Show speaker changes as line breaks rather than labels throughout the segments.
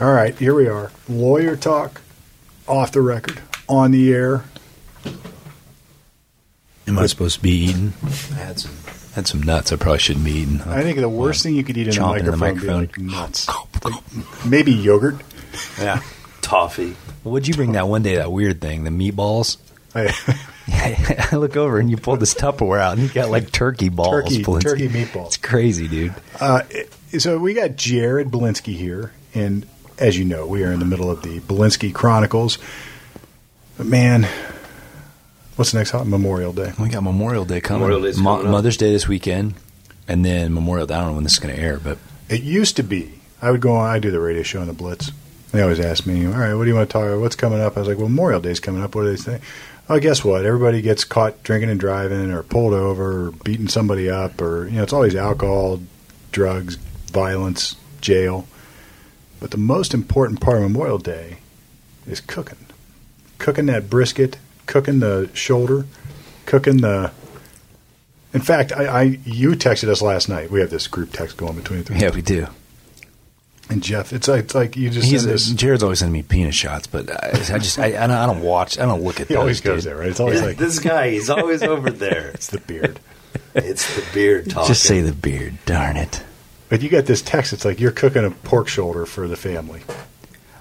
All right, here we are. Lawyer talk, off the record, on the air.
Am I supposed to be eating? I had some, had some nuts I probably shouldn't be eating.
I think the worst thing you could eat in a
Chomping in the
microphone, would be,
microphone.
like, nuts. Maybe yogurt.
Yeah.
Toffee.
Well, would you bring that one day, that weird thing, the meatballs?
I-
I look over and you pull this Tupperware out and you got like turkey balls.
Turkey-
Polinski.
turkey meatballs.
It's crazy, dude.
Uh, so we got Jared Belinsky here, and as you know, we are in the middle of the Belinsky Chronicles. But man, what's next? Hot Memorial Day.
We got Memorial Day coming.
Memorial Day's coming up.
Mother's Day this weekend, and then Memorial Day. I don't know when this is going to air, but
It used to be I would go on. I do the radio show on the Blitz. They always ask me, "All right, what do you want to talk about? What's coming up?" I was like, "Well, Memorial Day's coming up. What do they say?" Oh, guess what? Everybody gets caught drinking and driving, or pulled over, or beating somebody up, or you know, it's always alcohol, drugs, violence, jail. But the most important part of Memorial Day is cooking, cooking that brisket, cooking the shoulder, cooking the. In fact, I, I you texted us last night. We have this group text going between the three.
yeah, we do.
And Jeff, it's like, it's like you just
He's,
send this.
Jared's always sending me penis shots, but I, I just I, I, don't, I don't watch. I don't look at.
He
those,
always goes
dude.
there, right? It's always like
this guy, he's always over there.
it's the beard.
It's the beard talking.
Just say the beard. Darn it.
But you get this text. It's like you're cooking a pork shoulder for the family.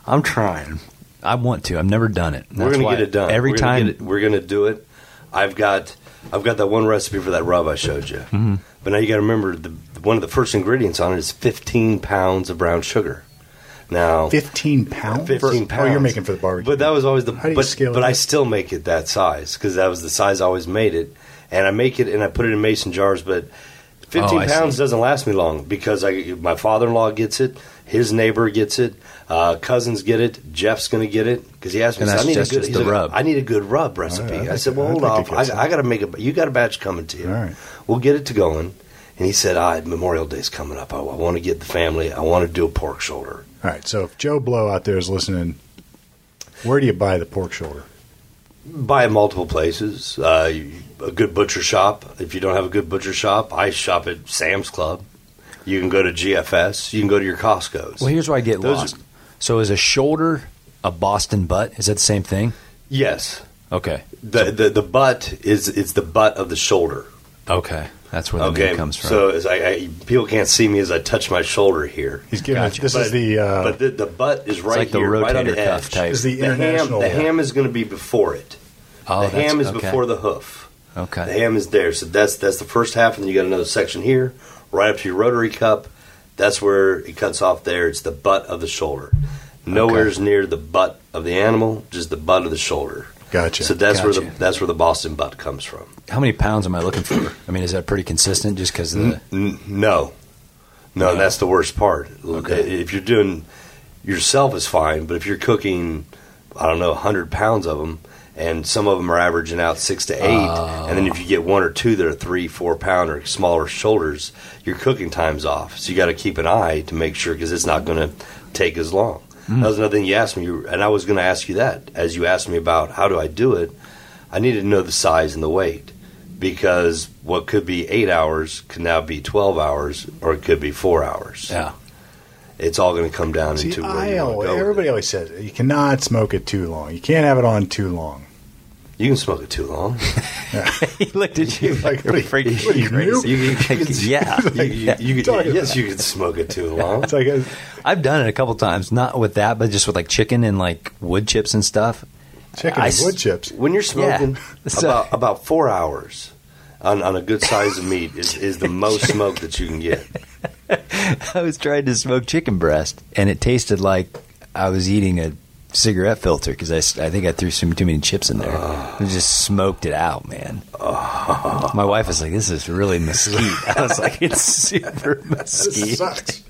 I'm trying.
I want to. I've never done it.
We're
That's
gonna
why
get it done
Every
We're gonna
time
get it- we're gonna do it. I've got I've got that one recipe for that rub I showed you. Mm-hmm. But now you got to remember the one of the first ingredients on it is 15 pounds of brown sugar. Now
Fifteen pounds.
15
For-
pounds.
Oh, you're making for the barbecue.
But that was always the.
How do you
but
scale it
but I
up?
still make it that size because that was the size I always made it, and I make it and I put it in mason jars. But
Oh,
fifteen
I
pounds
see.
doesn't last me long because I my father in law gets it, his neighbor gets it, uh, cousins get it, Jeff's going to get it because he asked me.
And
he
that's
said, I need
just-
a good.
just
he's
the
like,
rub.
I need a good rub recipe.
All right, I
I said,
think-
well,
I
hold
think
off.
it gets
I, I got to make a. You got a batch coming to you.
All right.
We'll get it to going. And he said, "I Memorial Day's coming up. I, I want to get the family. I want to do a pork shoulder."
All right. So if Joe Blow out there is listening, where do you buy the pork shoulder?
buy in multiple places. Uh, you- a good butcher shop. If you don't have a good butcher shop, I shop at Sam's Club. You can go to GFS. You can go to your Costco's.
Well, here's where I get
Those
lost. so is a shoulder a Boston butt? Is that the same thing?
yes,
Okay.
the, the the butt is it's the butt of the shoulder.
Okay. That's where the
okay,
name comes from.
so as I, I people can't see me as I touch my shoulder here.
He's giving
Gotcha.
us. This is the. Uh,
but the, the butt is right
like the
here, right on
rotator
the
cuff
edge.
type.
Is the
ham,
international-
the ham is going to be before it.
oh,
the
that's-
ham is
okay.
before the hoof.
Okay.
The ham is there. So that's that's the first half, and then you got another section here, right up to your rotary cup. That's where it cuts off there. It's the butt of the shoulder. Nowhere's near the butt of the animal, just the butt of the shoulder.
gotcha.
So that's where the
Gotcha.
that's where the Boston butt comes from.
How many pounds am I looking for? I mean, is that pretty consistent? Just because of the
N- no. No,
No.
that's the worst part.
Okay.
If you're doing yourself is fine, but if you're cooking, I don't know, 100 pounds of them, and some of them are averaging out six to eight, and then if you get one or two that are three, four pound or smaller shoulders, your cooking time's off. So you got to keep an eye to make sure because it's not going to take as long. That was another thing you asked me, you- and I was going to ask you that as you asked me about how do I do it. I needed to know the size and the weight because what could be eight hours can now be 12 hours or it could be four hours.
yeah.
It's all going to come down
See,
into where
I
you wanna
always-
go with it.
everybody always says you cannot smoke it too long. You can't have it on too long.
You can smoke it too long.
he looked at you
like, "What are you- what are you, noob?"
You- you- yeah.
You, you, you could-
Talking
yes, you can smoke it too long.
It's like a,
I've done it a couple times, not with that, but just with like chicken and like wood chips and stuff.
chicken
I
and
s-
wood chips.
When you're smoking,
Yeah. So-
about about four hours on, on a good size of meat is, is the most smoke that you can get.
I was trying to smoke chicken breast, and it tasted like I was eating a cigarette filter because I, s- I think I threw some too many chips in there. I just smoked it out, man. My wife was like, "This is really mesquite." I was like, "It's super
This
mesquite."
sucks.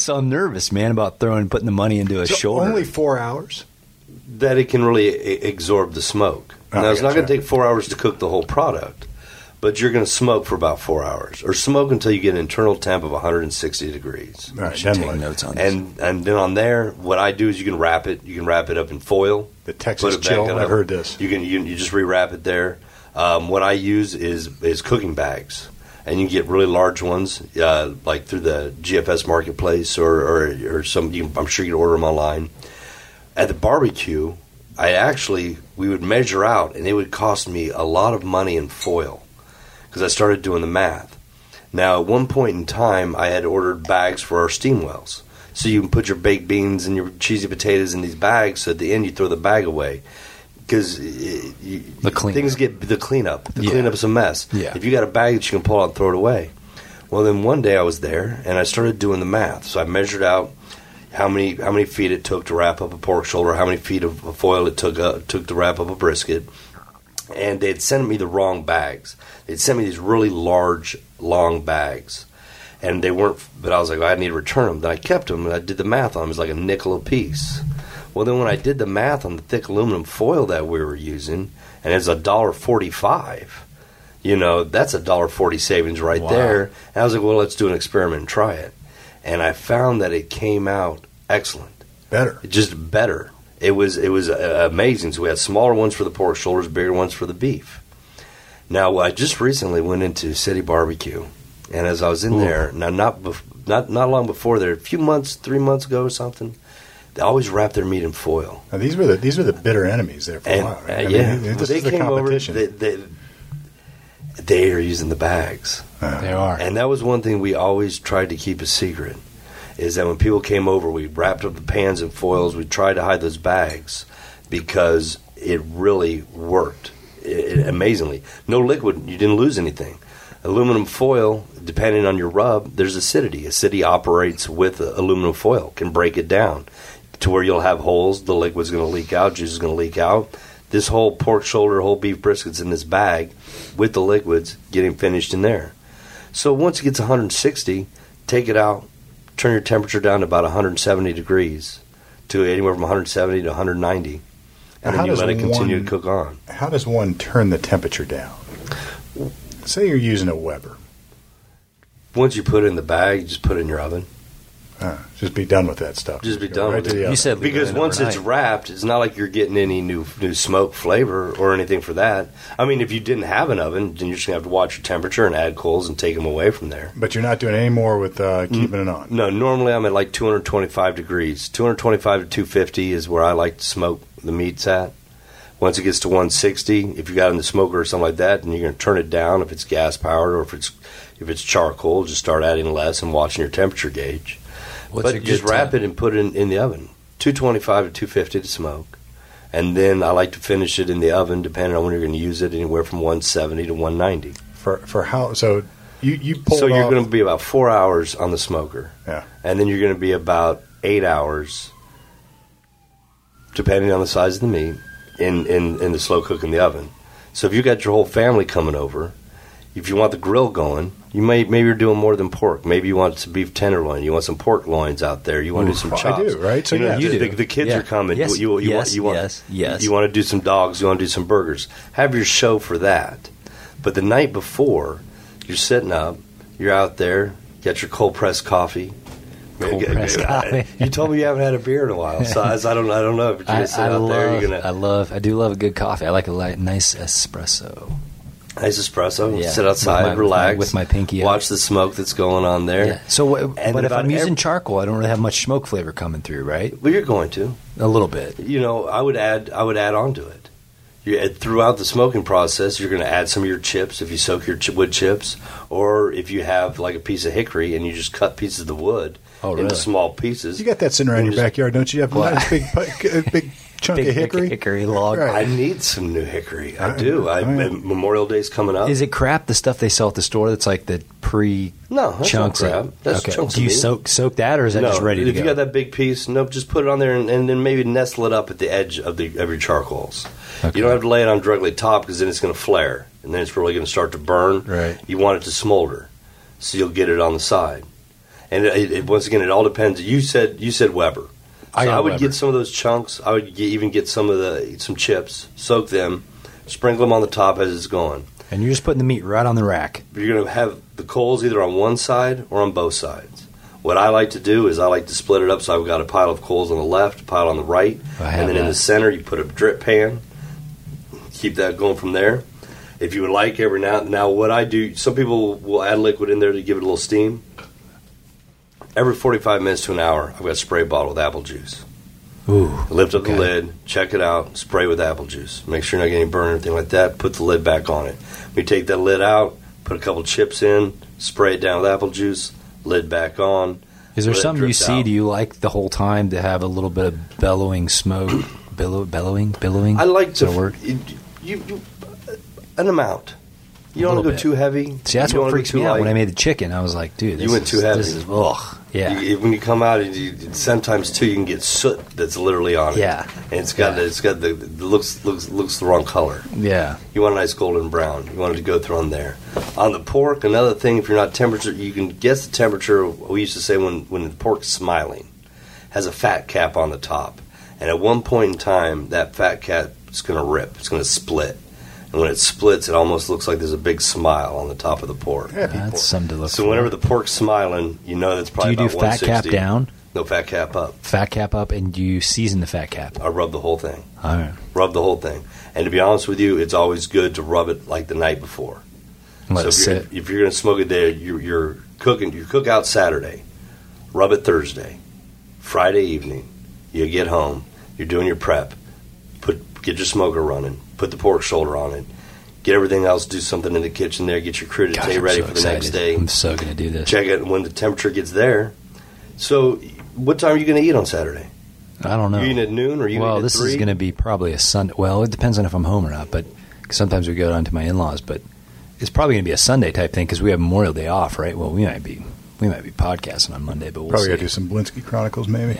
So I'm nervous, man, about throwing putting the money into a
So
shoulder.
Only four hours.
That it can really a- absorb the smoke.
Oh,
now, it's not
gotcha.
going to take four hours to cook the whole product, but you're going to smoke for about four hours or smoke until you get an internal temp of 160 degrees.
All
I
right,
should
then
take
what?
notes on this.
And and then on there, what I do is you can wrap it. You can wrap it up in foil.
The
Put
Texas
it back in
chill.
a-
I've heard this.
You can you, you just rewrap it there. Um, what I use is is cooking bags. and you can get really large ones, uh, like through the GFS marketplace or or, or some. You can, I'm sure you can order them online. At the barbecue, I actually we would measure out, and it would cost me a lot of money in foil because I started doing the math. Now, at one point in time, I had ordered bags for our steam wells. So you can put your baked beans and your cheesy potatoes in these bags. So at the end, you throw the bag away because
The cleanup.
things get the cleanup. The
Yeah.
cleanup's a mess.
Yeah.
If you got a bag that you can pull out and throw it away. Well, then one day I was there and I started doing the math. So I measured out how many how many feet it took to wrap up a pork shoulder, how many feet of foil it took uh, took to wrap up a brisket, and they'd sent me the wrong bags. They'd sent me these really large, long bags, and they weren't. But I was like, well, I need to return them. Then I kept them and I did the math on them. It was like a nickel a piece. Well, then when I did the math on the thick aluminum foil that we were using, and it's a dollar forty-five. You know, that's a dollar forty savings right
Wow.
there. And I was like, well, let's do an experiment and try it. And I found that it came out excellent
Better.
just better. It was it was uh, amazing. So we had smaller ones for the pork shoulders, bigger ones for the beef. Now I just recently went into City Barbecue, and as I was in there, now not bef- not not long before there, a few months, three months ago or something, they always wrap their meat in foil.
Now, these were the these were the bitter enemies there for
And
a while. Right?
uh,
I mean,
yeah,
this
When they
is the
came over.
competition.
They, they, they are using the bags.
Uh,
They are.
And that was one thing we always tried to keep a secret is that when people came over, we wrapped up the pans in foils. We tried to hide those bags because it really worked it, it- amazingly. No liquid, you didn't lose anything. Aluminum foil, depending on your rub, there's acidity. Acidity operates with aluminum foil, can break it down to where you'll have holes. The liquid's going to leak out, juice is going to leak out. This whole pork shoulder, whole beef brisket's in this bag with the liquids getting finished in there. So once it gets 160, take it out, turn your temperature down to about 170 degrees to anywhere from 170 to 190.
Now,
And
how
then you
does
let it continue
one-
to cook on.
How does one turn the temperature down? Say you're using a Weber.
Once you put it in the bag, you just put it in your oven.
Uh, just be done with that stuff.
Just be
Go
done
right to
with it.
the oven.
You said leave it
Because
in
once it's
overnight.
wrapped, it's not like you're getting any new new smoke flavor or anything for that. I mean, if you didn't have an oven, then you're just gonna have to watch your temperature and add coals and take them away from there.
but you're not doing any more with uh,
Mm-hmm.
keeping it on.
No, normally I'm at like 225 degrees. 225 to 250 is where I like to smoke the meats at. Once it gets to 160, if you got it in the smoker or something like that, then you're going to turn it down if it's gas powered or if it's if it's charcoal. Just start adding less and watching your temperature gauge.
What's
but
your
just
good
wrap
time?
it and put it in, in the oven. 225 to 250 to smoke. And then I like to finish it in the oven, depending on when you're going to use it, anywhere from 170 to 190.
For for how so you you pulled
so you're
off-
going to be about four hours on the smoker.
Yeah.
And then you're going to be about eight hours, depending on the size of the meat, in, in, in the slow cook in the oven. So if you got your whole family coming over, if you want the grill going, you may maybe you're doing more than pork. Maybe you want some beef tenderloin. You want some pork loins out there. You want to do some
Oof, I
chops.
do, right? So
you know,
yeah.
the-
You
the,
do.
the kids
Yeah.
are coming.
Yes,
You, you, you want,
yes,
you want,
yes, yes.
You want to do some dogs. You want to do some burgers. Have your show for that. But the night before, you're sitting up. You're out there. Get your cold pressed coffee.
Cold pressed coffee.
You told me you haven't had a beer in a while, so I, I don't. I don't know if you're
I,
gonna sit
I
out
love,
there. You're
I
gonna
love, I do love a good coffee. I like a light, nice espresso.
nice espresso.
Yeah.
Sit
With
outside,
my- with my-
relax
with my pinky out.
Watch the smoke that's going on there.
Yeah. So, what,
And
but if
about
I'm using
every-
charcoal, I don't really have much smoke flavor coming through, right?
Well, you're going to.
A little bit.
you know, I would add I would add on to it. You add, throughout the smoking process, you're going to add some of your chips if you soak your ch- wood chips, or if you have like a piece of hickory and you just cut pieces of the wood
Oh,
into
really?
small pieces.
You got that sitting around
You
your
just-
backyard, don't you? Have a
Well,
nice big pu- a big chunk
Big
of hickory.
hickory log.
Right.
I need some new hickory. I
I-
do. I,
I-
Memorial Day's coming up.
Is it crap? The stuff they sell at the store that's like the pre
No, that's
chunks.
not crap.
of-
That's
okay.
chunks
Do
of
you
meat.
soak soak that, or is that
no,
just ready to
if you
go?
got that big piece, nope, just put it on there and, and then maybe nestle it up at the edge of the of your charcoals.
Okay.
You don't have to lay it on directly top because then it's going to flare and then it's really going to start to burn.
Right.
You want it to smolder, so you'll get it on the side. And it, it, once again, it all depends. You said you said Weber.
I
so
got
I would
Weber.
get some of those chunks. I would get, even get some of the some chips, soak them, sprinkle them on the top as it's going.
and you're just putting the meat right on the rack.
You're going to have the coals either on one side or on both sides. What I like to do is I like to split it up so I've got a pile of coals on the left, a pile on the right,
Oh, I have
and then in
that.
the center you put a drip pan. Keep that going from there. If you would like every now now, what I do, some people will add liquid in there to give it a little steam. Every 45 minutes to an hour, I've got a spray bottle with apple juice.
Ooh.
Lift up
Okay.
the lid, check it out, spray with apple juice. Make sure you're not getting any burn or anything like that. Put the lid back on it. We take that lid out, put a couple chips in, spray it down with apple juice, lid back on.
Is there
Let it
something you
drift
see?
out.
Do you like the whole time to have a little bit of bellowing smoke? Billow, bellowing, billowing.
I like
Is
to
that a word?
You, you, you- an amount. You don't
A
want
little
to go
bit.
too heavy.
See, that's
You don't
what
wanna go
freaks
too
me out.
light.
When I made the chicken, I was like, dude, this
You went
is,
too heavy.
This is ugh. Yeah.
You- when you come out, you, you- sometimes too you can get soot that's literally on it.
Yeah.
and it's got
Yeah.
it's got the, the looks looks looks the wrong color.
yeah.
You want a nice golden brown. You want it to go through on there. On the pork, another thing, if you're not temperature, you can guess the temperature. We used to say when when the pork's smiling, has a fat cap on the top, and at one point in time, that fat cap is going to rip. It's going to split, and when it splits, it almost looks like there's a big smile on the top of the pork.
Happy pork.
That's something to look
So
for.
whenever the pork's smiling, you know that's
do
probably
you do
about
fat cap
160.
down,
No fat cap up.
fat cap up, and do you season the fat cap?
I rub the whole thing.
All right.
Rub the whole thing. And to be honest with you, it's always good to rub it like the night before.
Let
so
it
if
sit.
you're, if you're going to smoke it there, you're, you're cooking. You cook out Saturday, rub it Thursday, Friday evening. You get home. You're doing your prep. Put get your smoker running. Put the pork shoulder on it. Get everything else. Do something in the kitchen there. Get your
Gosh,
crudité
I'm
ready
so
for the
excited.
next day.
I'm so gonna do this.
Check it when the temperature gets there. So, what time are you going to eat on Saturday?
I don't know.
You eating at noon or you
well,
eating at
this
three?
is going to be probably a Sunday. Well, it depends on if I'm home or not, but 'cause sometimes we go down to my in-laws, but it's probably going to be a Sunday type thing because we have Memorial Day off, right? Well, we might be we might be podcasting on Monday, but we'll
Probably got to do
see.
some Blinsky Chronicles, maybe.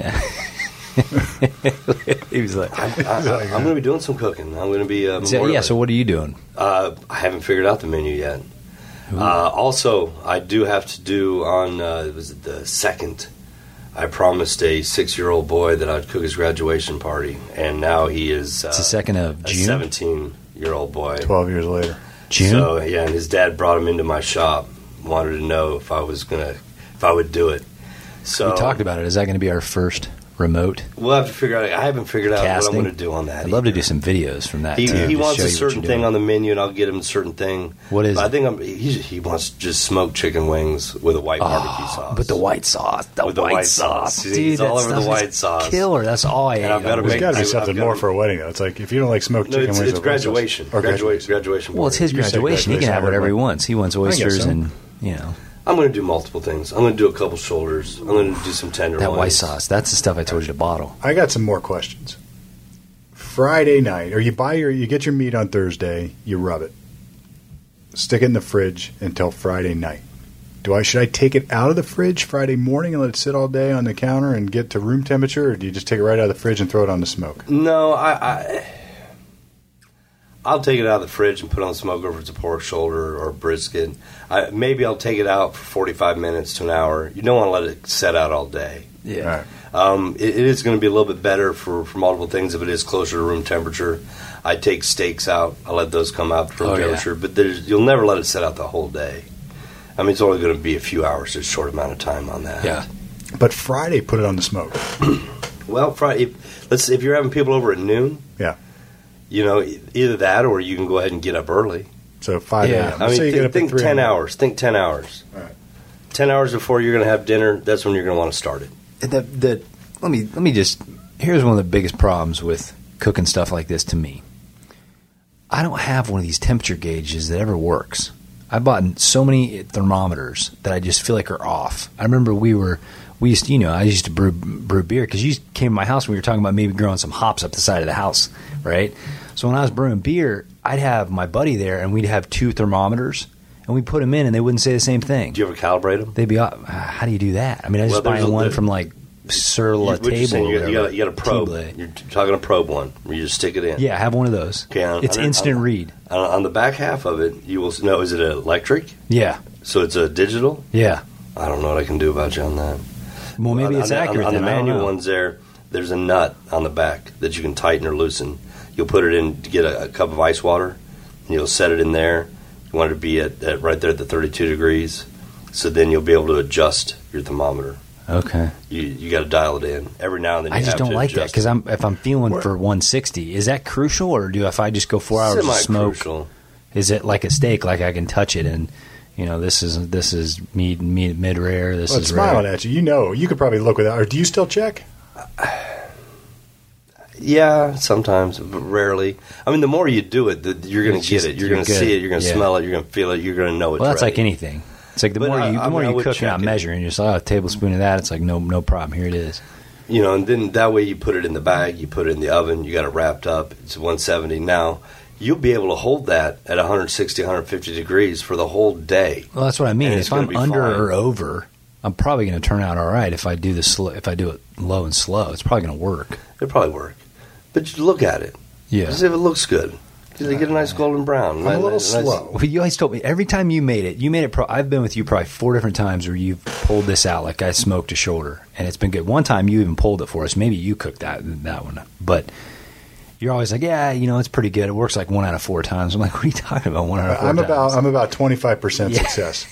he was like,
I'm, I, I'm going to be doing some cooking. I'm going to be. Uh,
so, yeah. So what are you doing?
uh, I haven't figured out the menu yet. Uh, also, I do have to do on uh, was it the second. I promised a six-year-old boy that I'd cook his graduation party, and now he is uh,
It's the second of
a
June.
seventeen-year-old boy.
12 years later.
June.
So yeah, and his dad brought him into my shop. Wanted to know if I was gonna, if I would do it. So
we talked about it. Is that going to be our first remote?
We'll have to figure out. I haven't figured out what
Casting?
I'm going to do on that.
I'd love to
either.
do some videos from that.
He,
too,
he
to
wants
show
a
you what
certain
you're
thing
doing.
on the menu, and I'll get him a certain thing.
What is
But I
it?
think I'm, he, he wants just smoked chicken wings with a white barbecue sauce.
Ah, But the white sauce, the,
With the
white,
white
sauce,
sauce.
dude,
He's
that
all over
stuff
the
is
white sauce.
Killer. That's all I
And I've
ate.
gotta
on
There's
make-
got to be
I've-
something
I've got
more
a-
for a wedding, though. It's like if you don't like smoked
no,
chicken
it's,
wings,
it's
with white sauce-
graduation.
Or
Graduation. Graduation.
Well, it's his
You said
graduation. He can
graduation,
have whatever he
everybody.
wants. He wants
guess
oysters
so.
and you know
I'm going to do multiple things. I'm going to do a couple shoulders. I'm going to do some tenderloins.
that white sauce. That's the stuff I told you to bottle.
I got some more questions. Friday night, or you buy your, you get your meat on Thursday, you rub it, stick it in the fridge until Friday night. Do I should I take it out of the fridge Friday morning and let it sit all day on the counter and get to room temperature, or do you just take it right out of the fridge and throw it on the smoke?
No, I, I. I'll take it out of the fridge and put on smoker if it's a pork shoulder or brisket. I, maybe I'll take it out for 45 minutes to an hour. You don't want to let it set out all day.
Yeah.
Right.
Um, it, it is going to be a little bit better for, for multiple things if it is closer to room temperature. I take steaks out. I let those come out to room
Oh, yeah.
temperature, but there's, you'll never let it sit out the whole day. I mean, it's only going to be a few hours, just a short amount of time on that.
Yeah.
But Friday, put it on the smoke.
Well, Friday, if, let's if you're having people over at noon.
Yeah.
You know, e- either that or you can go ahead and get up early.
So five
Yeah.
a.m.
I mean,
Say you
thi-
get up at
think
three a.m.
10 hours. Think 10 hours.
Alright.
10 hours before you're going to have dinner, that's when you're going to want to start it.
That that let me let me just here's one of the biggest problems with cooking stuff like this to me. I don't have one of these temperature gauges that ever works. I bought so many thermometers that I just feel like are off. I remember we were we used to, you know I used to brew brew beer because you came to my house and we were talking about maybe growing some hops up the side of the house, right? So when I was brewing beer, I'd have my buddy there and we'd have two thermometers and we put them in and they wouldn't say the same thing.
Do you ever calibrate them?
They'd be uh, how do you do that? I mean, I just
Well, there's
buy
a-
one
there-
from like Sur La
what you're saying,
Table.
you,
or
got, you, got, you got a probe.
Table.
You're t- talking a probe one where you just stick it in.
Yeah, have one of those.
Okay, on-
it's
on-
instant
on-
read.
On, on the back half of it, you will s- know is it electric?
Yeah,
So it's a digital?
yeah.
I don't know what I can do about you on that.
Well, maybe
on,
it's
on the-
accurate.
On, on
then.
the
I don't
manual
know.
ones, there, there's a nut on the back that you can tighten or loosen. You'll put it in to get a, a cup of ice water, and you'll set it in there. You want it to be at, at right there at the 32 degrees, so then you'll be able to adjust your thermometer.
Okay,
You you got to dial it in every now and then.
I
you
just
have
don't
to
like that
adjust
because
it.
I'm if I'm feeling
Where-
for 160, is that crucial or do if I just go four hours of smoke?
Semi-crucial.
Is it like a steak? Like I can touch it, and you know, this is this is meat, meat mid rare. This
Well, it's
is rare.
smiling at you. You know, you could probably look without. Or do you still check?
Yeah, sometimes, but rarely. I mean, the more you do it, the, you're going
It's
to get
just-
it. You're
you're
going to
good.
see it. You're going to
Yeah.
smell it. You're going to feel it. You're going to know it's
Well, that's
right.
like anything. It's like the
But
more
I-
you
I
the more
mean, I
you
would
cook, you're
check
not
it.
measuring. You're just like, oh, a tablespoon of that. It's like no no problem. Here it is.
you know, and then that way you put it in the bag, you put it in the oven, you got it wrapped up. It's 170 now. You'll be able to hold that at 160, 150 degrees for the whole day.
Well, that's what I mean.
And
If
it's gonna
I'm
be
under
fine.
or over, I'm probably going to turn out all right. If I do the slow, if I do it low and slow, it's probably going to work.
It'll probably work. But just look at it.
Yeah.
See if it looks good. They get a nice golden brown.
I'm a little
Nice- nice-
slow.
Well, you always told me every time you made it, you made it. Pro- I've been with you probably four different times where you've pulled this out like I smoked a shoulder, and it's been good. One time you even pulled it for us. Maybe you cooked that that one, but you're always like, yeah, you know, it's pretty good. It works like one out of four times. I'm like, what are you talking about? One out of 4
Uh, I'm
times?
about I'm about 25 percent
Yeah.
success,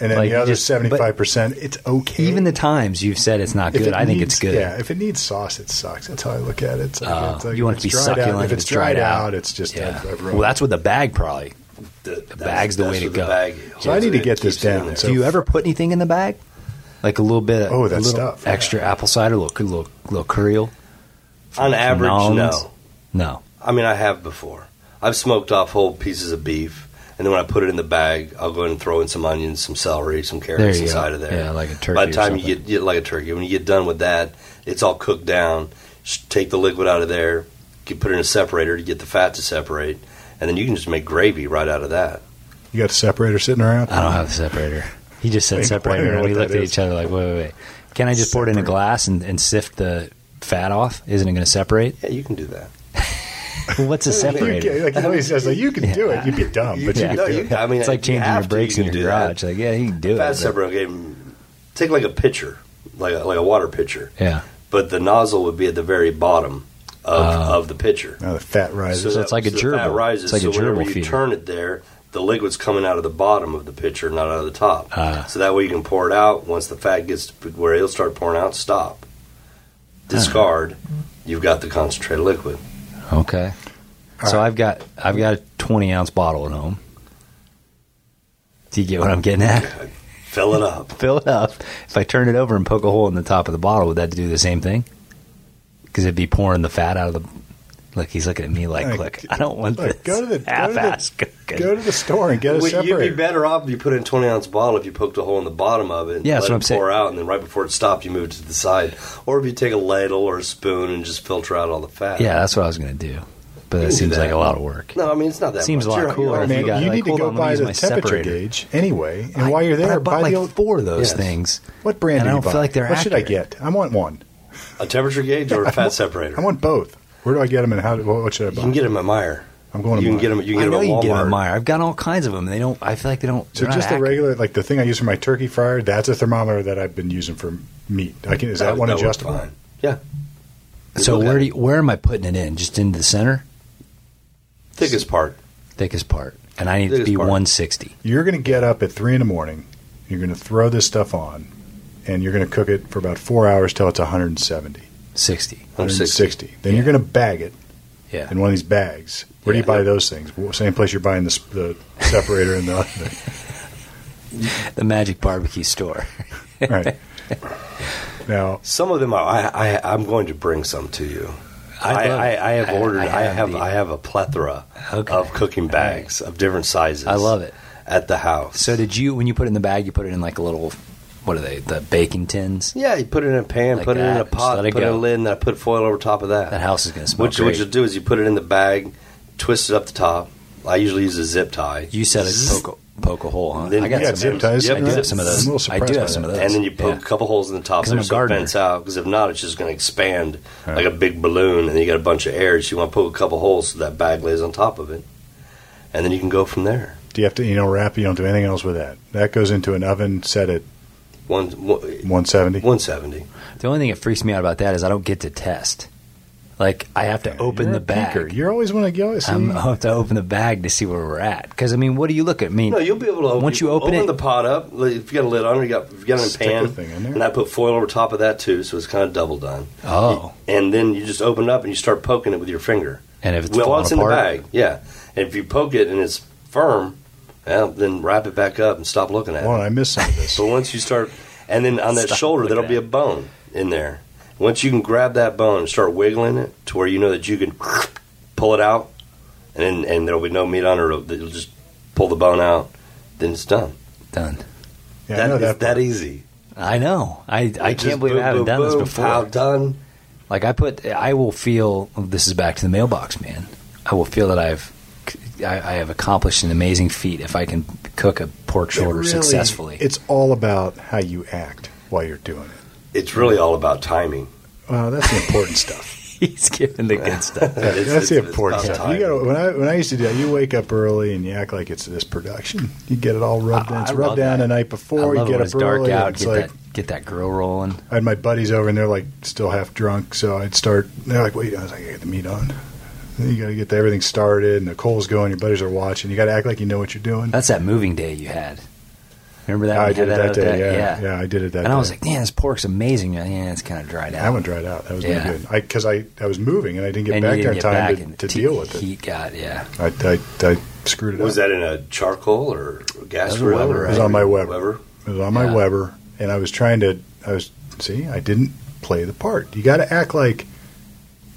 and then
Like,
the other
just- but
75 percent. It's okay.
even the times you've said it's not
If
good.
it
I think
needs-
it's good.
Yeah, if it needs sauce, it sucks. That's how I look at it. It's like,
Uh,
it's like
you want it
if
to be
it's dried out-
succulent.
If it's dried out, it's just
yeah.
I've, I've ruined
well, that's with the bag probably.
The, that's-
bag's the
that's
way to
what the
go.
bag
So I
holds
need to
it. It
get this
keeps it in
down.
there.
So-
Do you ever put anything in the bag? Like a little bit. Of,
Oh, that
a little
stuff.
Extra apple cider, little little little curry.
On average,
Noms?
no.
No.
I mean, I have before. I've smoked off whole pieces of beef, and then when I put it in the bag, I'll go ahead and throw in some onions, some celery, some carrots
you go.
inside of there.
Yeah, like a turkey.
By the
or
time you
something.
get, you get like a turkey, when you get done with that, it's all cooked down. Just take the liquid out of there, you put it in a separator to get the fat to separate, and then you can just make gravy right out of that.
You got a separator sitting around?
I don't have the separator. He just said
Wait, I
separator,
wonder
and
what
we
that
looked at
is.
each other like, wait, wait, wait. Can I just pour it in a
Separate.
glass and, and sift the fat off? Isn't it going to separate?
Yeah, you can do that.
Well, What's a
You
separator?
can, like, nobody says, like, you can do it. You'd be dumb, but
Yeah.
you
No,
can do
you-
it.
I mean,
it's like
you
changing
have
your
to,
brakes
you
in
can
your
do that.
garage. Like, yeah, you can do
Fat
it. but-
separator, take like a pitcher, like a, like a water pitcher,
Yeah.
but the nozzle would be at the very bottom of,
Ah.
of the pitcher.
Now the fat rises.
So it's like a
the fat
gerbil.
rises,
It's like a
so whenever
gerbil
you
feeder.
turn it there, the liquid's coming out of the bottom of the pitcher, not out of the top.
Ah.
So that way you can pour it out. Once the fat gets to where it'll start pouring out, stop.
Ah.
Discard. You've got the concentrated liquid.
Okay.
All
so
right.
I've got I've got a twenty ounce bottle at home. Do you get what I'm getting at?
Fill it up.
Fill it up. If I turn it over and poke a hole in the top of the bottle, would that do the same thing? Because it'd be pouring the fat out of the. Look, he's looking at me like,
Like,
look, I don't want
like,
this.
go to the- go to the-
half-ass cooking.
Go to the store and get a
Well, you'd be
separator.
better off if you put in a 20 ounce bottle if you poked a hole in the bottom of it and
Yeah, that's
let
what
it
I'm saying.
pour out, and then right before it stopped, you move it to the side. Or if you take a ladle or a spoon and just filter out all the fat.
yeah, that's what I was gonna do, but that
do
seems
that.
like a lot of work.
No, I mean, it's not that
Seems a
much.
lot
You're-
cooler
you're-
if
Man,
you
you,
got it, like,
need to
hold
go
on, let me
buy
use
the
my
temperature
separator.
gauge anyway. And
I-
while you're
but
there,
I bought
buy
like
the old,
four of those
Yes.
things.
what brand?
and
do
I
you
don't feel
buy?
like they're
What should I
accurate.
get? I want one.
A temperature gauge or a fat separator?
I want both. Where do I get them, and how? do- What should I
you
buy?
can get them at Meijer.
I'm going to
You can
Meijer.
get them. You
I
can get
know
them at
you
Walmart.
can get a Meyer. I've got all kinds of them. They don't. I feel like they don't.
So
they're not
just the
accurate.
regular, like the thing I use for my turkey fryer. That's a thermometer that I've been using for meat. I can. Is that, one
would
adjustable?
fine. Yeah. You
So
look
where
at
do
it.
you, where am I putting it in? Just into the center,
thickest part?
thickest part, and I need it to
Thickest
be
part.
160.
You're going to get up at three in the morning. You're going to throw this stuff on, and you're going to cook it for about four hours till it's 170,
60.
160. Then
Yeah.
you're going to bag it
Yeah.
in one of these bags. Where
Yeah.
do you buy those things? Well, Same place you're buying the, s- the separator and the.
The magic barbecue store.
the right. Now,
Some of them are. I, I I'm going to bring some to you. I,
I'd love-
I, I have ordered. I, have.
the-
I have a plethora
Okay.
of cooking bags of different sizes.
I love it.
at the house.
So did you when you put it in the bag, you put it in like a little what are they? The baking tins.
yeah, you put it in a pan,
Like
put it in
that,
a
just
pot,
let
put
it
it in a
go.
lid, and I put foil over top of that.
That house is going to smell
What you,
great.
what you do is you put it in the bag, twist it up the top. I usually use a zip tie.
you said it poke a, poke a hole, huh?
Then
I got,
you
got
some
zip
of those.
ties,
I do
right?
have some of
I'm a
those.
little
I do
surprised
have
by
some of
that.
those.
and then you poke
Yeah.
a couple holes in the top
'Cause
so
I'm a
it
gardener.
vents out. Because if not, it's just going to expand
Yeah.
like a big balloon, and you got a bunch of air. So you want to poke a couple holes so that bag lays on top of it, and then you can go from there.
do you have to, you know, wrap? You don't do anything else with that. That goes into an oven set at
One,
170.
one seventy.
The only thing that freaks me out about that is I don't get to test. Like I have to open
You're
the
a
bag.
Pinker. You're always want to go. See,
I'm, I'll have to open the bag to see where we're at. Because I mean, what do you look at? I mean,
No, you'll be able to open,
once you open, it.
the pot up. li- If you got a lid on, it, you got if you got it in a
Stick
pan,
the thing in there.
and I put foil over top of that too, so it's kind of double done.
oh,
And then you just open it up and you start poking it with your finger.
And if it's
well,
falling
it's in the
apart,
bag. Yeah, and if you poke it and it's firm, well, then wrap it back up and stop looking at
Well,
it.
I missed some of this.
But once you start, and then on that
Stop
shoulder,
looking
there'll be a
at
bone in there. Once you can grab that bone and start wiggling it to where you know that you can pull it out, and then, and there'll be no meat on it. It'll- You'll just pull the bone out, then it's done.
done.
yeah, I
that
know
is
that.
that easy.
I know. I, I
Just
can't believe
boom,
I haven't
boom,
done this
boom,
before.
pow, done.
Like I put, I will feel. oh, This is back to the mailbox, man. I will feel that I've, I, I have accomplished an amazing feat if I can cook a pork
It
shoulder
really-
successfully.
It's all about how you act while you're doing it.
It's really all about timing.
Well, that's the important stuff.
He's giving the good stuff.
Yeah, that's
It's-
the
it's- it's
important
about
stuff. You gotta,
timing.
when I when I used to do that, you wake up early and you act like it's this production. You get it all rubbed
I-
in. It's
I love
rubbed down
that.
the night before.
I love
you
it
get
when
up
it's dark
early.
out.
it's
Get
like
that get that grill rolling.
I had my buddies over and they're like still half drunk, so I'd start. They're like, "Wait," I was like, "I got the meat on." Then you got to get the, everything started, and the coals going. Your buddies are watching. You got to act like you know what you're doing.
That's that moving day you had. Remember that?
I
We
did it
had
that
out
day.
there?
Yeah, yeah, I did it that.
and
day.
I was like, man, this pork's amazing. Yeah, Yeah, it's kind of dried
I
out.
went dried out. That was
Yeah.
no good. I because I, I was moving and I didn't get
and
back
you
there in
didn't get back
time
and
to, to
t-
deal with it.
Heat got yeah.
I, I, I screwed it
Was
up.
that in a charcoal or a gas
That was a
grill?
Weber,
or
right?
It was on my Weber.
Weber.
It was on my
Yeah.
Weber, and I was trying to. I was see. I didn't play the part. You got to act like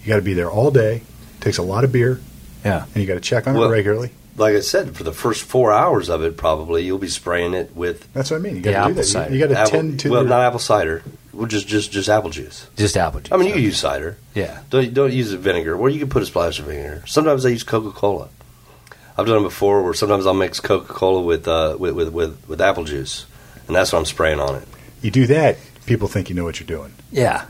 you got to be there all day. takes a lot of beer.
Yeah.
and you got to check on
Well-
it regularly.
Like I said, for the first four hours of it, probably you'll be spraying it with
That's what I mean. You got
The
to do
apple
that. You-
cider.
You, got to
apple,
tend to.
well,
the-
not apple cider. Well, just just just apple juice.
Just apple juice.
I mean, you can use cider.
yeah.
Don't don't use the vinegar. Or you can put a splash of vinegar. Sometimes I use Coca Cola. I've done it before, where sometimes I'll mix Coca Cola with, uh, with with with with apple juice, and that's what I'm spraying on it.
you do that, people think you know what you're doing.
Yeah.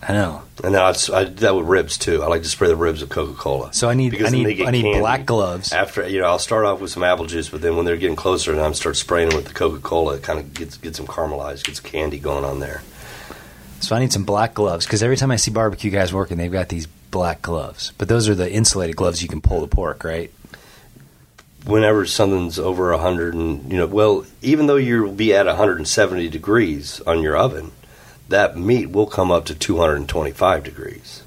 I know.
And then I, I do that with ribs too. I like to spray the ribs with Coca Cola.
So I need
Because
I
then they
need
get
I need
candy.
black gloves.
After you know, I'll start off with some apple juice, but then when they're getting closer, and I'm start spraying them with the Coca Cola, it kind of gets gets them caramelized, gets candy going on there.
So I need some black gloves because every time I see barbecue guys working, they've got these black gloves. But those are the insulated gloves you can pull the pork, right?
Whenever something's over hundred, and you know, well, even though you'll be at 170 degrees on your oven, that meat will come up to 225 degrees.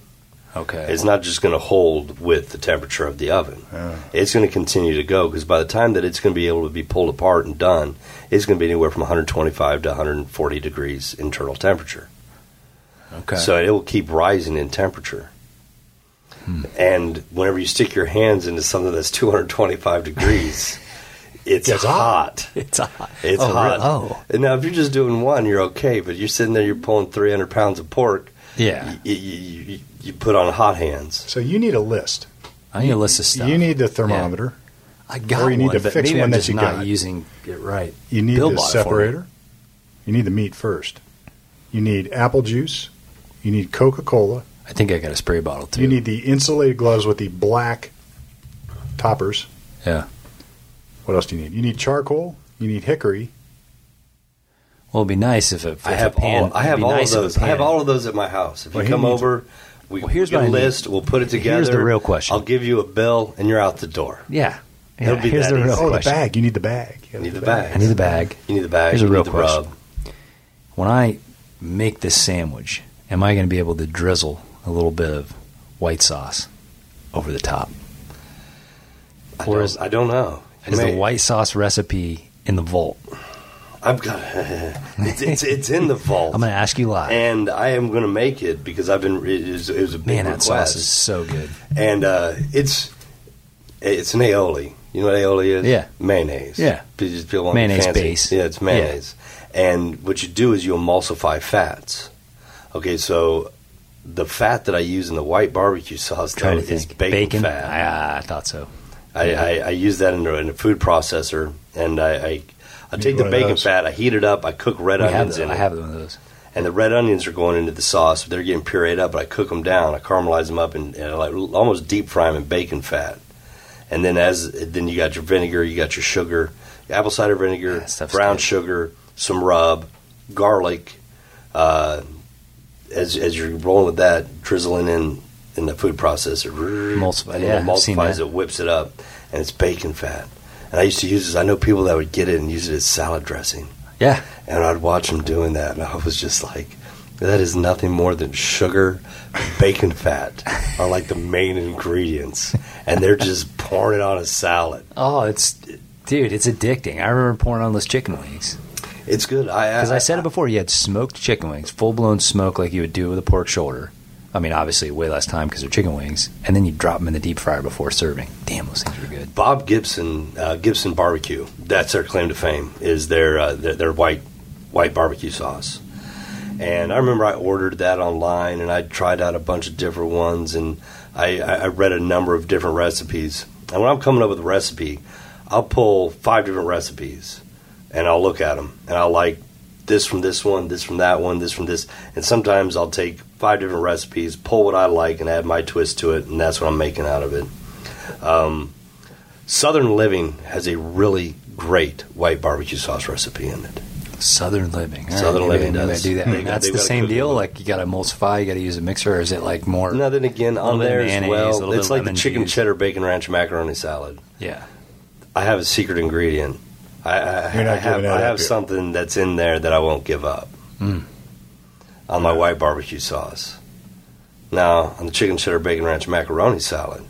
Okay.
It's not just going to hold with the temperature of the oven.
Oh.
It's going to continue to go because by the time that it's going to be able to be pulled apart and done, it's going to be anywhere from 125 to 140 degrees internal temperature.
okay.
So it Hmm. will keep rising in temperature. And whenever you stick your hands into something that's 225 degrees, it's,
It's
hot.
it's hot.
It's
oh, re-
hot.
Oh,
And now, if you're just doing one, you're okay. But you're sitting there, you're pulling 300 pounds of pork.
yeah.
You, you, you, you put on hot hands.
So you need a list.
I need a list of stuff.
You need the thermometer.
I got
or you need
one,
to
but
fix
maybe
one
I'm
that
just
you
not
got.
using it right.
You need
Bill
the
bought it for me.
separator. You need the meat first. You need apple juice. You need Coca Cola.
I think I got a spray bottle too.
You need the insulated gloves with the black toppers.
Yeah.
What else do you need? You need charcoal. You need hickory.
well, it'd be nice if a, if
I
a
have
pan.
all. I
it'd
have
be
all
nice if a
of those. I have
pan-
all of those at my house. If
Well,
you
he
come
needs-
over, we
Well, here's
get
what
a
I need.
list. We'll put it together.
Here's the real question.
I'll give you a bill, and you're out the door.
Yeah. Yeah,
It'll be
here's
that
the real
easy.
oh,
question.
the bag. You need the bag. You
You
gotta
need
do
the bag.
I need the bag.
You need the bag.
Here's a
you
real
need the
question.
rub.
When I make this sandwich, am I going to be able to drizzle a little bit of white sauce over the top?
I
Or
don't-
is-
I don't know.
Is
I
the white sauce recipe in the vault?
I've got. it's, it's it's in the vault.
I'm going to ask you live.
and I am going to make it because I've been. It was, it was a big
Man, that
request.
sauce is so good.
and uh, it's it's an aioli. You know what aioli is?
Yeah.
mayonnaise.
Yeah.
Pe- just people want
Mayonnaise
fancy.
base.
Yeah, it's mayonnaise. And what you do is you emulsify fats. Okay, so the fat that I use in the white barbecue sauce though,
Trying to
is
think.
bacon, fat.
Ah, I, thought so.
I, I, I use that in a, in a food processor, and I, I, I
Need
take the
one of
bacon
those.
fat, I heat it up, I cook red
We have
onions
the,
in
I
it,
have one of those.
and the red onions are going into the sauce. They're getting pureed up, but I cook them down, I caramelize them up, and, and I like almost deep fry them in bacon fat. And then as then you got your vinegar, you got your sugar, apple cider vinegar,
Yeah, stuff's
brown
good.
sugar, some rub, garlic. Uh, as as you're rolling with that, drizzling in in the food processor,
Emulsify,
and
yeah,
it
I've seen
emulsifies
that.
it, whips it up, and it's bacon fat. And I used to use this. I know people that would get it and use it as salad dressing.
Yeah.
And I'd watch them doing that, and I was just like, That is nothing more than sugar, bacon fat are like the main ingredients, and they're just pouring it on a salad.
Oh, it's dude, it's addicting. I remember pouring on those chicken wings
It's good. I
because I said it before. You had smoked chicken wings, full blown smoke, like you would do with a pork shoulder. I mean, obviously, way less time because they're chicken wings, and then you drop them in the deep fryer before serving. Damn, those things were good.
Bob Gibson, uh, Gibson Barbecue. That's their claim to fame is their uh, their, their white white barbecue sauce. And I remember I ordered that online, and I tried out a bunch of different ones, and I, I I read a number of different recipes. And when I'm coming up with a recipe, I'll pull five different recipes, and I'll look at them, and I like this from this one, this from that one, this from this, and sometimes I'll take five different recipes, pull what I like, and add my twist to it, and that's what I'm making out of it. Um, Southern Living has a really great white barbecue sauce recipe in it.
Southern Living. All
Southern
maybe
Living
they- maybe
does.
they do that.
They got-
that's
they've
the
got a
same
cook
deal.
book.
Like you got to emulsify, you got to use a mixer, or is it like more?
Now then again,
Little
on
bit of
there
mayonnaise,
as well,
little bit
it's
of
like the
lemon
chicken
juice.
cheddar bacon ranch macaroni salad.
Yeah.
I have a secret ingredient. I, I,
You're not
I have,
giving that
I
up
have
here.
something that's in there that I won't give up
Mm.
on my white barbecue sauce. Now on the chicken cheddar bacon ranch macaroni salad,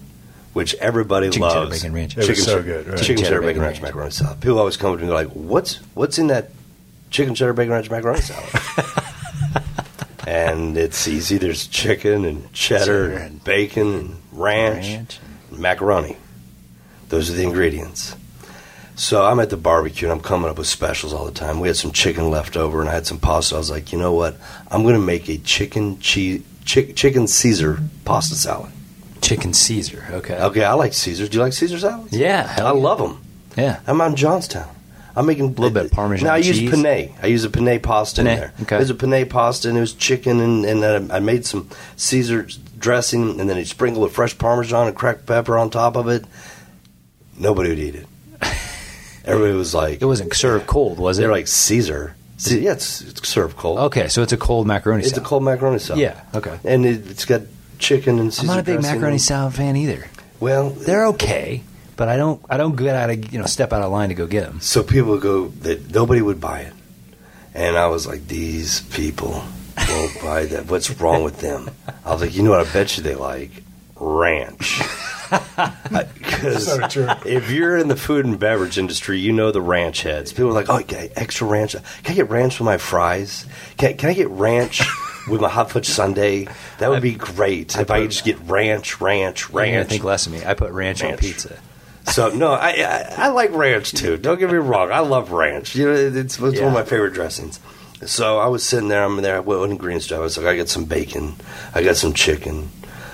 which everybody
Chicken cheddar
loves.
bacon ranch.
It was so
cheddar-
good, right.
Chicken cheddar, bacon ranch, macaroni salad. People always come up to me like, "What's what's in that chicken cheddar bacon ranch macaroni salad?" and it's easy. There's chicken and cheddar
Cheddar
and bacon and ranch,
Ranch.
and macaroni. Those are the ingredients. So I'm at the barbecue and I'm coming up with specials all the time. We had some chicken left over and I had some pasta. I was like, you know what? I'm going to make a chicken cheese, chick, chicken Caesar pasta salad.
Chicken Caesar. Okay.
Okay, I like Caesars. Do you like Caesar salads?
Yeah, hell
I
yeah.
love them.
Yeah.
I'm out in Johnstown. I'm making a
little bit of Parmesan
Now I
cheese.
use penne. I use a penne pasta
Penne,
in there.
okay.
There's a penne pasta and it was chicken and and then I made some Caesar dressing and then I sprinkled with fresh Parmesan and cracked pepper on top of it. Nobody would eat it. Everybody was like,
It wasn't served cold, was it?
they're like Caesar. See, yeah, it's, it's served cold.
okay, so it's a cold macaroni.
it's
salad.
a cold macaroni salad.
Yeah. Okay.
and it, it's got chicken and.
I'm
Caesar
not a big
dressing.
macaroni salad fan either.
Well,
They're okay, but I don't. I don't get out of you know step out of line to go get them.
So people go that nobody would buy it, and I was like, these people won't buy that. What's wrong with them? I was like, you know what? I bet you they like ranch. Because
So true.
if you're in the food and beverage industry, you know the ranch heads. People are like, "Oh, can I extra ranch? Can I get ranch with my fries? Can, can I get ranch with my hot fudge sundae? That would be great if I could just get ranch, ranch,
You're gonna
ranch."
think less of me. I put ranch, on
Ranch.
pizza.
So no, I, I I like ranch too. Don't get me wrong, I love ranch. You know, it- it's, it's one
Yeah.
of my favorite dressings. So I was sitting there. I'm there. What ingredients do I? have? I was like, I got some bacon. I got some chicken.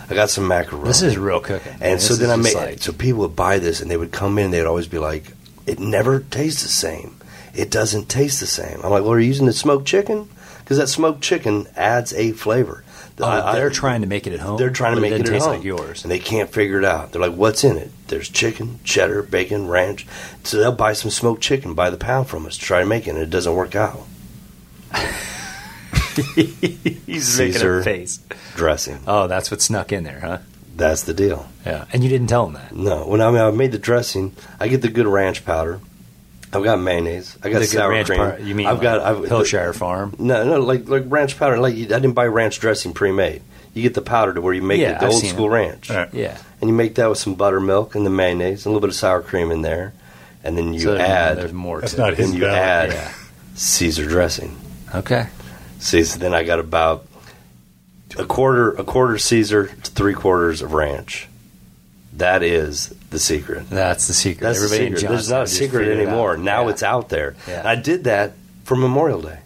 I got some macaroni.
This is real cooking. man.
And so
This is
then I
just
made.
like-
so people would buy this, and they would come in. and They'd always be like, "It never tastes the same. It doesn't taste the same." I'm like, "Well, are you using the smoked chicken? Because that smoked chicken adds a flavor."
Oh,
I- I-
they're trying to make Oh, it at home.
uh, they're trying
but
to make it,
doesn't
at
taste
home.
like yours.
and they can't figure it out. They're like, "What's in it?" There's chicken, cheddar, bacon, ranch. So they'll buy some smoked chicken by the pound from us to try to make it, and it doesn't work out.
He's
making a Caesar.
face.
Dressing.
Oh, that's what snuck in there, huh?
That's the deal.
Yeah. And you didn't tell him that.
No, when I mean I made the dressing, I get the good ranch powder. I've got mayonnaise. I got
The good
sour
ranch
cream.
part- you mean uh,
I've
like
got I've,
Hillshire Farm?
No, no, like like ranch powder. Like you, I didn't buy ranch dressing pre-made. You get the powder to where you make
Yeah,
it the
I've
old
seen
school
it.
ranch.
All right.
Yeah.
and you make that with some buttermilk and the mayonnaise and a little bit of sour cream in there, and then you
So uh, there's-
add
There's more.
That's
to
not
it.
his
then you
valid,
add
yeah.
Caesar dressing.
Okay.
See, so then I got about a quarter, a quarter Caesar to three quarters of ranch. That is the secret.
That's the secret.
That's
Everybody
the
in
secret. There's
Johnstown
not a
just
secret
figured it out.
anymore. Now
Yeah.
it's out there.
Yeah.
I did that for Memorial Day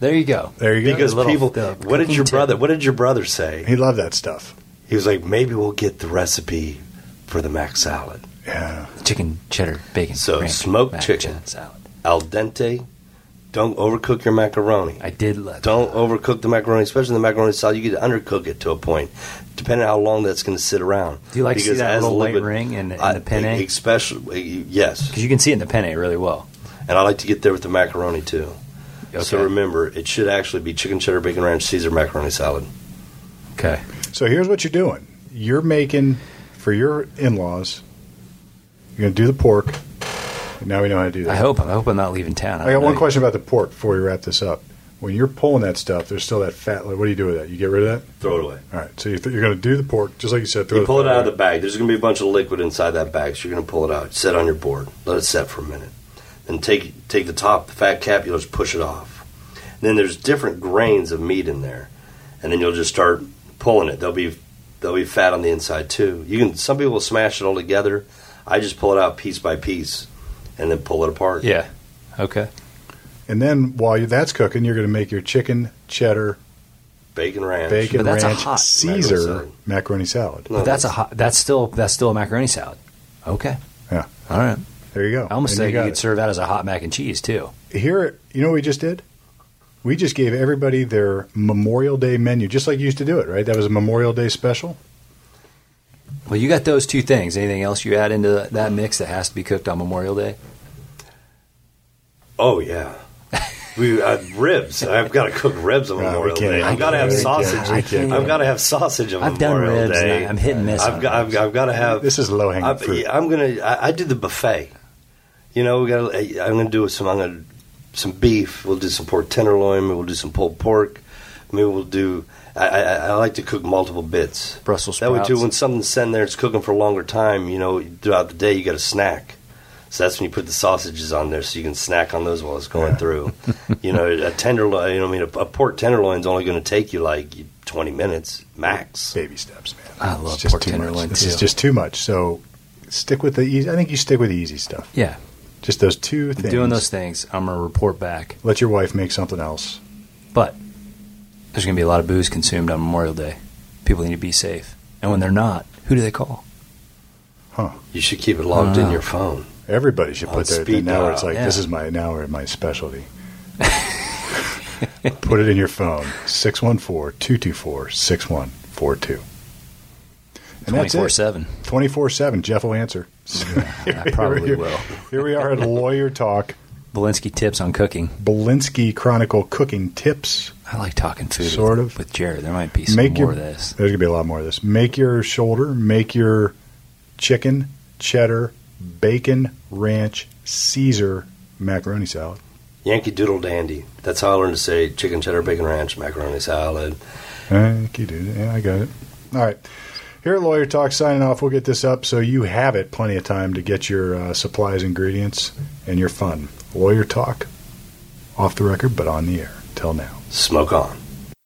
There you go.
There you go.
because
A little-
people.
the
What did
cooking
your
tip.
brother? What did your brother say?
he loved that stuff.
He was like, maybe we'll get the recipe for the mac salad.
Yeah.
Chicken, cheddar, bacon.
So,
ranch,
smoked
mac,
chicken.
cheddar salad.
Al dente. Don't overcook your macaroni.
I did love.
Don't overcook the macaroni, especially the macaroni salad. You could undercook it to a point, depending on how long that's going to sit around.
Do you like to see that
as a
little white
bit-
ring in the- in
I- e,
the penne?
Especially, e, yes.
because you can see it in the penne really well.
And I like to get there with the macaroni too.
Okay.
So remember, it should actually be chicken cheddar bacon ranch Caesar macaroni salad.
Okay.
So here's what you're doing. You're making for your in-laws. You're gonna do the pork. Now we know how to do that.
I hope. I hope I'm not leaving town.
I got one question about the pork before we wrap this up. when you're pulling that stuff, there's still that fat. Like, what do you do with that? You get rid of
Throw it away.
that? All right. So you th- you're going to do the pork, just like you said. Throw
You
the
pull it
fat
out of
away.
the bag. There's going to be a bunch of liquid inside that bag, so you're going to pull it out. Set on your board. Let it set for a minute. Then take take the top, the fat cap. You'll just push it off. And then there's different grains of meat in there, and then you'll just start pulling it. There'll be there'll be fat on the inside too. You can. Some people will smash it all together. I just pull it out piece by piece, and then pull it apart.
Yeah. Okay.
And then while you- that's cooking, you're going to make your chicken cheddar
Bacon ranch.
bacon
But that's a
ranch
hot
Caesar
macaroni
macaroni
salad.
salad.
No,
But that's a hot, that's still that's still a macaroni salad. Okay.
Yeah.
All right.
There you go.
I almost
And
think you,
got
could
it.
serve that as a hot mac and cheese too.
here you know what we just did we just gave everybody their memorial day menu just like you used to do it right that was a memorial day special
Well, you got those two things. Anything else you add into that- that mix that has to be cooked on Memorial Day?
Oh yeah. We uh, ribs. I've got to cook ribs on
No, we
Memorial
can't.
Day. I've got to have
We can't.
sausage.
We can't.
I've got to have sausage on
I've done
Memorial
ribs.
Day.
and I- I'm hit and miss.
I've
on
got, I've,
those.
got- I've got to have.
this is low hanging
I,
fruit
yeah, I'm gonna. I, I did the buffet. You know, we got. I'm gonna do some. I'm gonna some beef. We'll do some pork tenderloin. Maybe we'll do some pulled pork. Maybe we'll do. I, I, I like to cook multiple bits.
Brussels
That
sprouts.
way too, when something's sitting there, it's cooking for a longer time. You know, throughout the day, you got a snack. So that's when you put the sausages on there, so you can snack on those while it's going through. you know, a tenderloin. You know, I mean, a, a pork tenderloin's only going to take you like 20 minutes max.
baby steps man
I
It's
love
just
pork
too much.
tenderloin,
this
too.
is just too much so stick with the easy i think you stick with the easy stuff
yeah,
just those two things
doing those things. I'm gonna report back.
let your wife make something else
But there's gonna be a lot of booze consumed on Memorial Day. People need to be safe. And when they're not, who do they call?
You should keep it logged in
Ah.
your phone.
everybody should
On
put their
speed
thing now where it's
dial,
like this
yeah.
is my now where my specialty put it in your phone 614-224-6142 and
Twenty
that's
four
it
seven.
24 7. Jeff will answer.
I probably
here,
will.
Here we are at Lawyer Talk,
Belinsky tips on cooking.
Belinsky Chronicle Cooking Tips.
I like talking food.
Sort
with,
of.
with Jared. There might be some
Make
more
your-
of this.
There's going to be a lot more of this. Make your shoulder, make your chicken, cheddar, bacon, ranch, Caesar macaroni salad.
Yankee Doodle Dandy. That's how I learned to say chicken cheddar, bacon ranch, macaroni salad.
Thank you, dude. Yeah, I got it. All right. Here at Lawyer Talk, signing off. We'll get this up so you have it plenty of time to get your uh, supplies, ingredients, and your fun. Lawyer Talk, off the record, but on the air. Till now.
Smoke on.